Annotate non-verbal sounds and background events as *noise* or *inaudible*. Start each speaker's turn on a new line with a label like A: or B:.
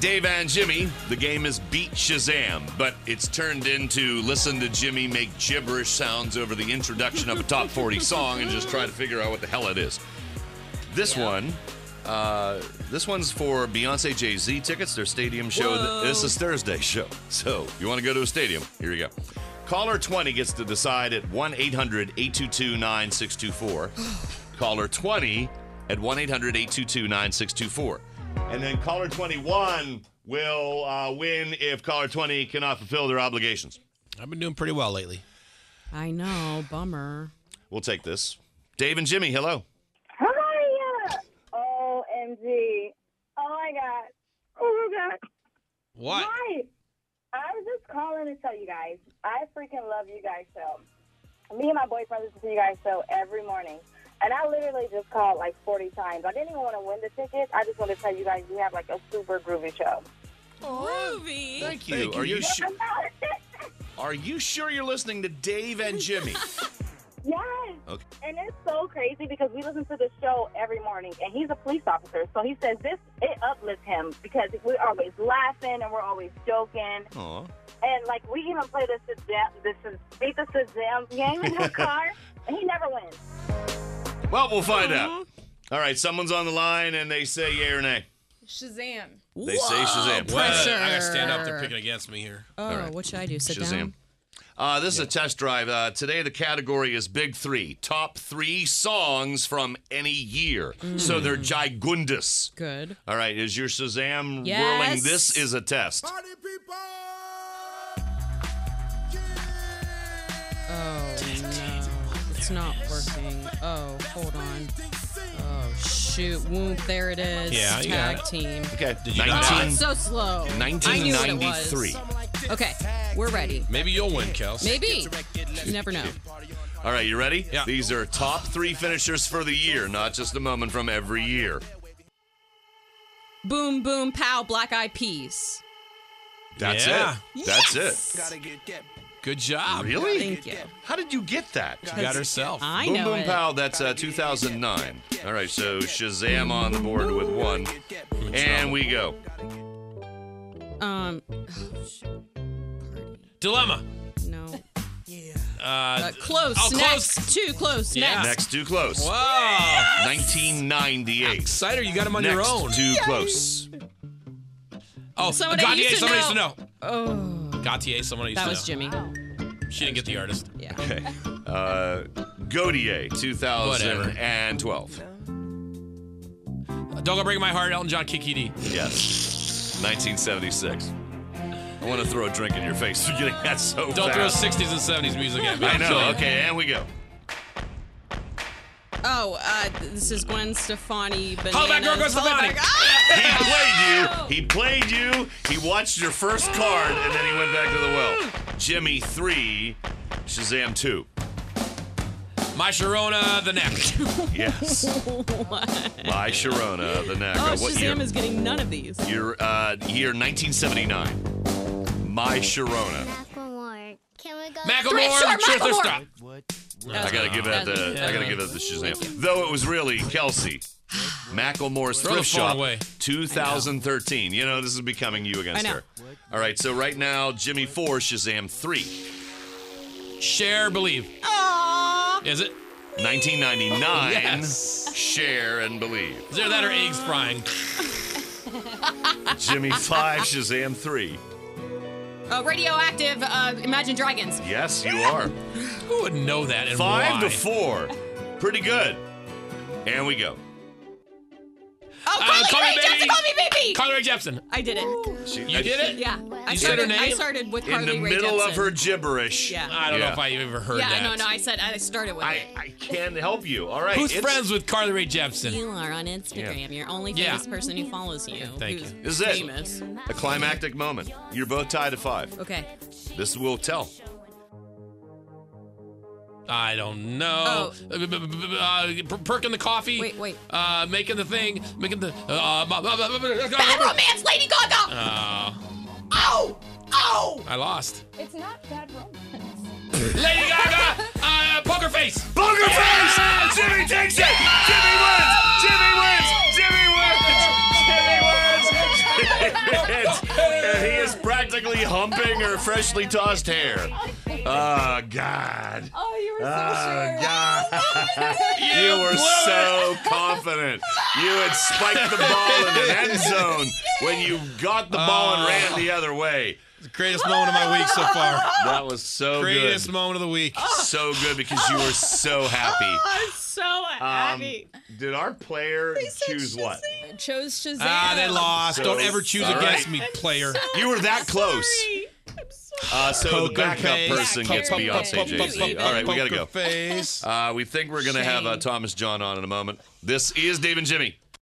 A: Dave and Jimmy, the game is Beat Shazam, but it's turned into listen to Jimmy make gibberish sounds over the introduction of a top 40 song and just try to figure out what the hell it is. This one, uh, this one's for Beyonce Jay Z tickets, their stadium show. th- This is Thursday show. So you want to go to a stadium? Here you go. Caller 20 gets to decide at 1 800 822
B: *gasps*
A: 9624. Caller 20 at 1 800 822 9624. And then caller 21 will uh, win if caller 20 cannot fulfill their obligations.
C: I've been doing pretty well lately.
B: I know, bummer.
A: We'll take this. Dave and Jimmy, hello.
D: Hiya! OMG. Oh my god. Oh my god.
C: What?
D: Hi. I was just calling to tell you guys, I freaking love you guys so. Me and my boyfriend listen to you guys so every morning. And I literally just called like 40 times. I didn't even want to win the ticket. I just wanted to tell you guys you have like a super groovy show.
B: Groovy.
A: Thank you. Are you su- are you sure you're listening to Dave and Jimmy?
D: yes.
A: Okay.
D: And it's so crazy because we listen to the show every morning, and he's a police officer, so he says this it uplifts him because we're always laughing and we're always joking,
A: Aw.
D: and like we even play this this is beat the Shazam game in
A: *laughs*
D: the car, and he never wins.
A: Well, we'll find
B: Uh-huh.
A: out. All right, someone's on the line and they say yay or nay.
E: Shazam.
A: They say Shazam.
B: pressure.
C: I gotta stand up. They're picking against me here.
B: Oh,
A: All right.
B: what should I do? Sit down.
A: Uh, this is a test drive. Uh, today, the category is Big Three top three songs from any year. So they're gigundous.
B: Mm. Good.
A: All right, is your Shazam whirling?
B: Yes.
A: This is a test.
B: Oh no, it's not working. Oh, hold on. Oh shoot, whoop, there it is.
C: Yeah, you got
B: Tag
C: it.
B: team.
A: Okay,
C: Did you not-
B: Oh,
A: 19,
B: it's so slow. I knew what it
A: 1993.
B: was. Okay, we're ready.
C: Maybe you'll win, Kels.
B: Maybe. You never know.
A: All right, you ready?
C: Yeah.
A: These are top three finishers for the year, not just a moment from every year.
B: Boom, boom, pow, black eyed peas.
A: That's
C: Yeah.
A: it. That's it.
C: Good job.
A: Really?
B: Thank you.
A: How did you get that?
C: You got herself.
B: I
A: boom
B: know
A: Boom
B: it.
A: Pow, that's uh, 2009. All right, so Shazam on the board with one. And we go.
B: Um,
C: Dilemma.
B: no.
C: Uh,
B: Uh, close.
C: Oh,
B: next.
C: close.
B: Too close.
C: Yeah.
B: Next.
A: Next, too close.
C: Whoa.
A: 1998.
C: Cider, you got him on
A: Next,
C: your own.
A: too close.
C: Oh,
B: Somebody
C: Gautier,
B: used to
C: somebody used to
B: know.
C: know.
B: Oh,
C: Gautier, someone used
B: that
C: to
B: was
C: know.
B: Jimmy.
C: She didn't get the artist.
B: Yeah.
A: Uh, Godier, 2012.
C: Uh, Don't go break my heart, Elton John Kikidi.
A: Yes. 1976. I want to throw a drink in your face for getting that so
C: Don't throw
A: fast.
C: 60s and 70s music at me.
A: I know.
C: Sorry.
A: Okay, and we go.
B: Oh, uh, this is Gwen Stefani. Bananas.
C: Hold back, girl, Gwen
B: Hold
C: Stefani.
B: back.
A: *laughs*
B: Ah!
A: He played you. He played you. He watched your first card, and then he went back to the well. Jimmy three, Shazam two.
C: My Sharona, the
B: *laughs*
C: neck.
A: Yes. By Sharona, the Naga.
B: Oh,
A: what
B: Shazam
A: year?
B: is getting none of these.
A: year, uh, year 1979. My Sharona.
C: Macklemore,
B: Short
C: Truth or
B: Macklemore.
C: Stop.
A: I
B: Oh,
A: gotta give that the I gotta give that the Shazam. Though it was really Kelsey. Macklemore's
C: Throw the
A: Thrift
C: phone
A: Shop,
C: away.
A: 2013. You know, this is becoming you against
B: I know.
A: her. All right, so right now, Jimmy 4, Shazam 3.
C: Share, believe. Is it?
A: 1999,
C: Yes.
A: Share and Believe.
C: Is there that or eggs frying?
A: Jimmy 5, Shazam 3.
B: Uh, radioactive. Uh, Imagine Dragons.
A: Yes, you are.
C: Who would know that and
A: Five
C: why?
A: to four. Pretty good. And we go.
F: Oh, call, me,
C: Uh, call me
F: Ray
C: baby.
F: Jepsen, call me baby.
C: Carly Rae Jepsen.
F: I did it.
A: She-
C: You
A: I-
C: did it?
F: Yeah. I
C: You said her
F: started, I
C: name?
F: started with
A: In
F: Carly
A: the
F: Rae
A: middle of
F: Jepsen.
A: her gibberish.
F: Yeah.
C: I don't know
A: Yeah.
C: if I ever heard
F: Yeah,
C: that.
F: no, no, I said
B: uh,
F: I started with
A: I,
F: it.
A: I can help you. All right.
C: Who's
A: it's-
C: friends with Carly Rae Jepsen?
B: You are on Instagram. You're only
C: Yeah.
B: famous person who follows you.
C: Thank
B: who's
C: you.
A: This is it.
B: famous.
A: A climactic moment. You're both tied at five.
B: Okay.
A: This will tell.
C: I don't know.
B: Oh.
C: Uh, b- b- b- uh, per- perking the coffee.
B: Wait, wait.
C: Uh, making the thing. Making the. Uh, b- b- b- b- b-
F: Bad romance, Lady Gaga.
C: Uh,
F: oh, oh.
C: I lost.
E: It's not bad romance.
C: Lady Gaga.
F: *laughs*
C: Uh, poker face.
A: Booger face! Jimmy takes it! Jimmy wins! Jimmy wins! Jimmy wins! Jimmy wins! Jimmy wins! and *laughs* he is practically humping her freshly tossed hair. Oh, God.
E: Oh, you were so
A: Oh,
E: sure.
A: God.
C: You
A: You were
C: blew
A: so confident. You had spiked the ball in an end zone when you got the ball and ran the other way.
C: Greatest moment of my week so far.
A: That was so
C: *laughs* Greatest
A: good.
C: moment of the
F: Oh,
C: week.
A: So good because you were so happy.
F: I'm so happy.
A: Did our player Um, choose what?
B: I chose Shazam.
C: Ah, they lost.
A: So-
C: Don't ever choose
A: All
C: against
A: right.
C: me, player.
A: You were that close. Uh, so
C: Poker
A: the backup
C: Oh, face.
A: person gets
C: Poker
A: Beyonce,
C: face.
A: Jay Z. All right, we gotta
C: Poker
A: go.
C: Face.
A: Uh, we think we're gonna have uh, Thomas John on in a moment. This is Dave and Jimmy.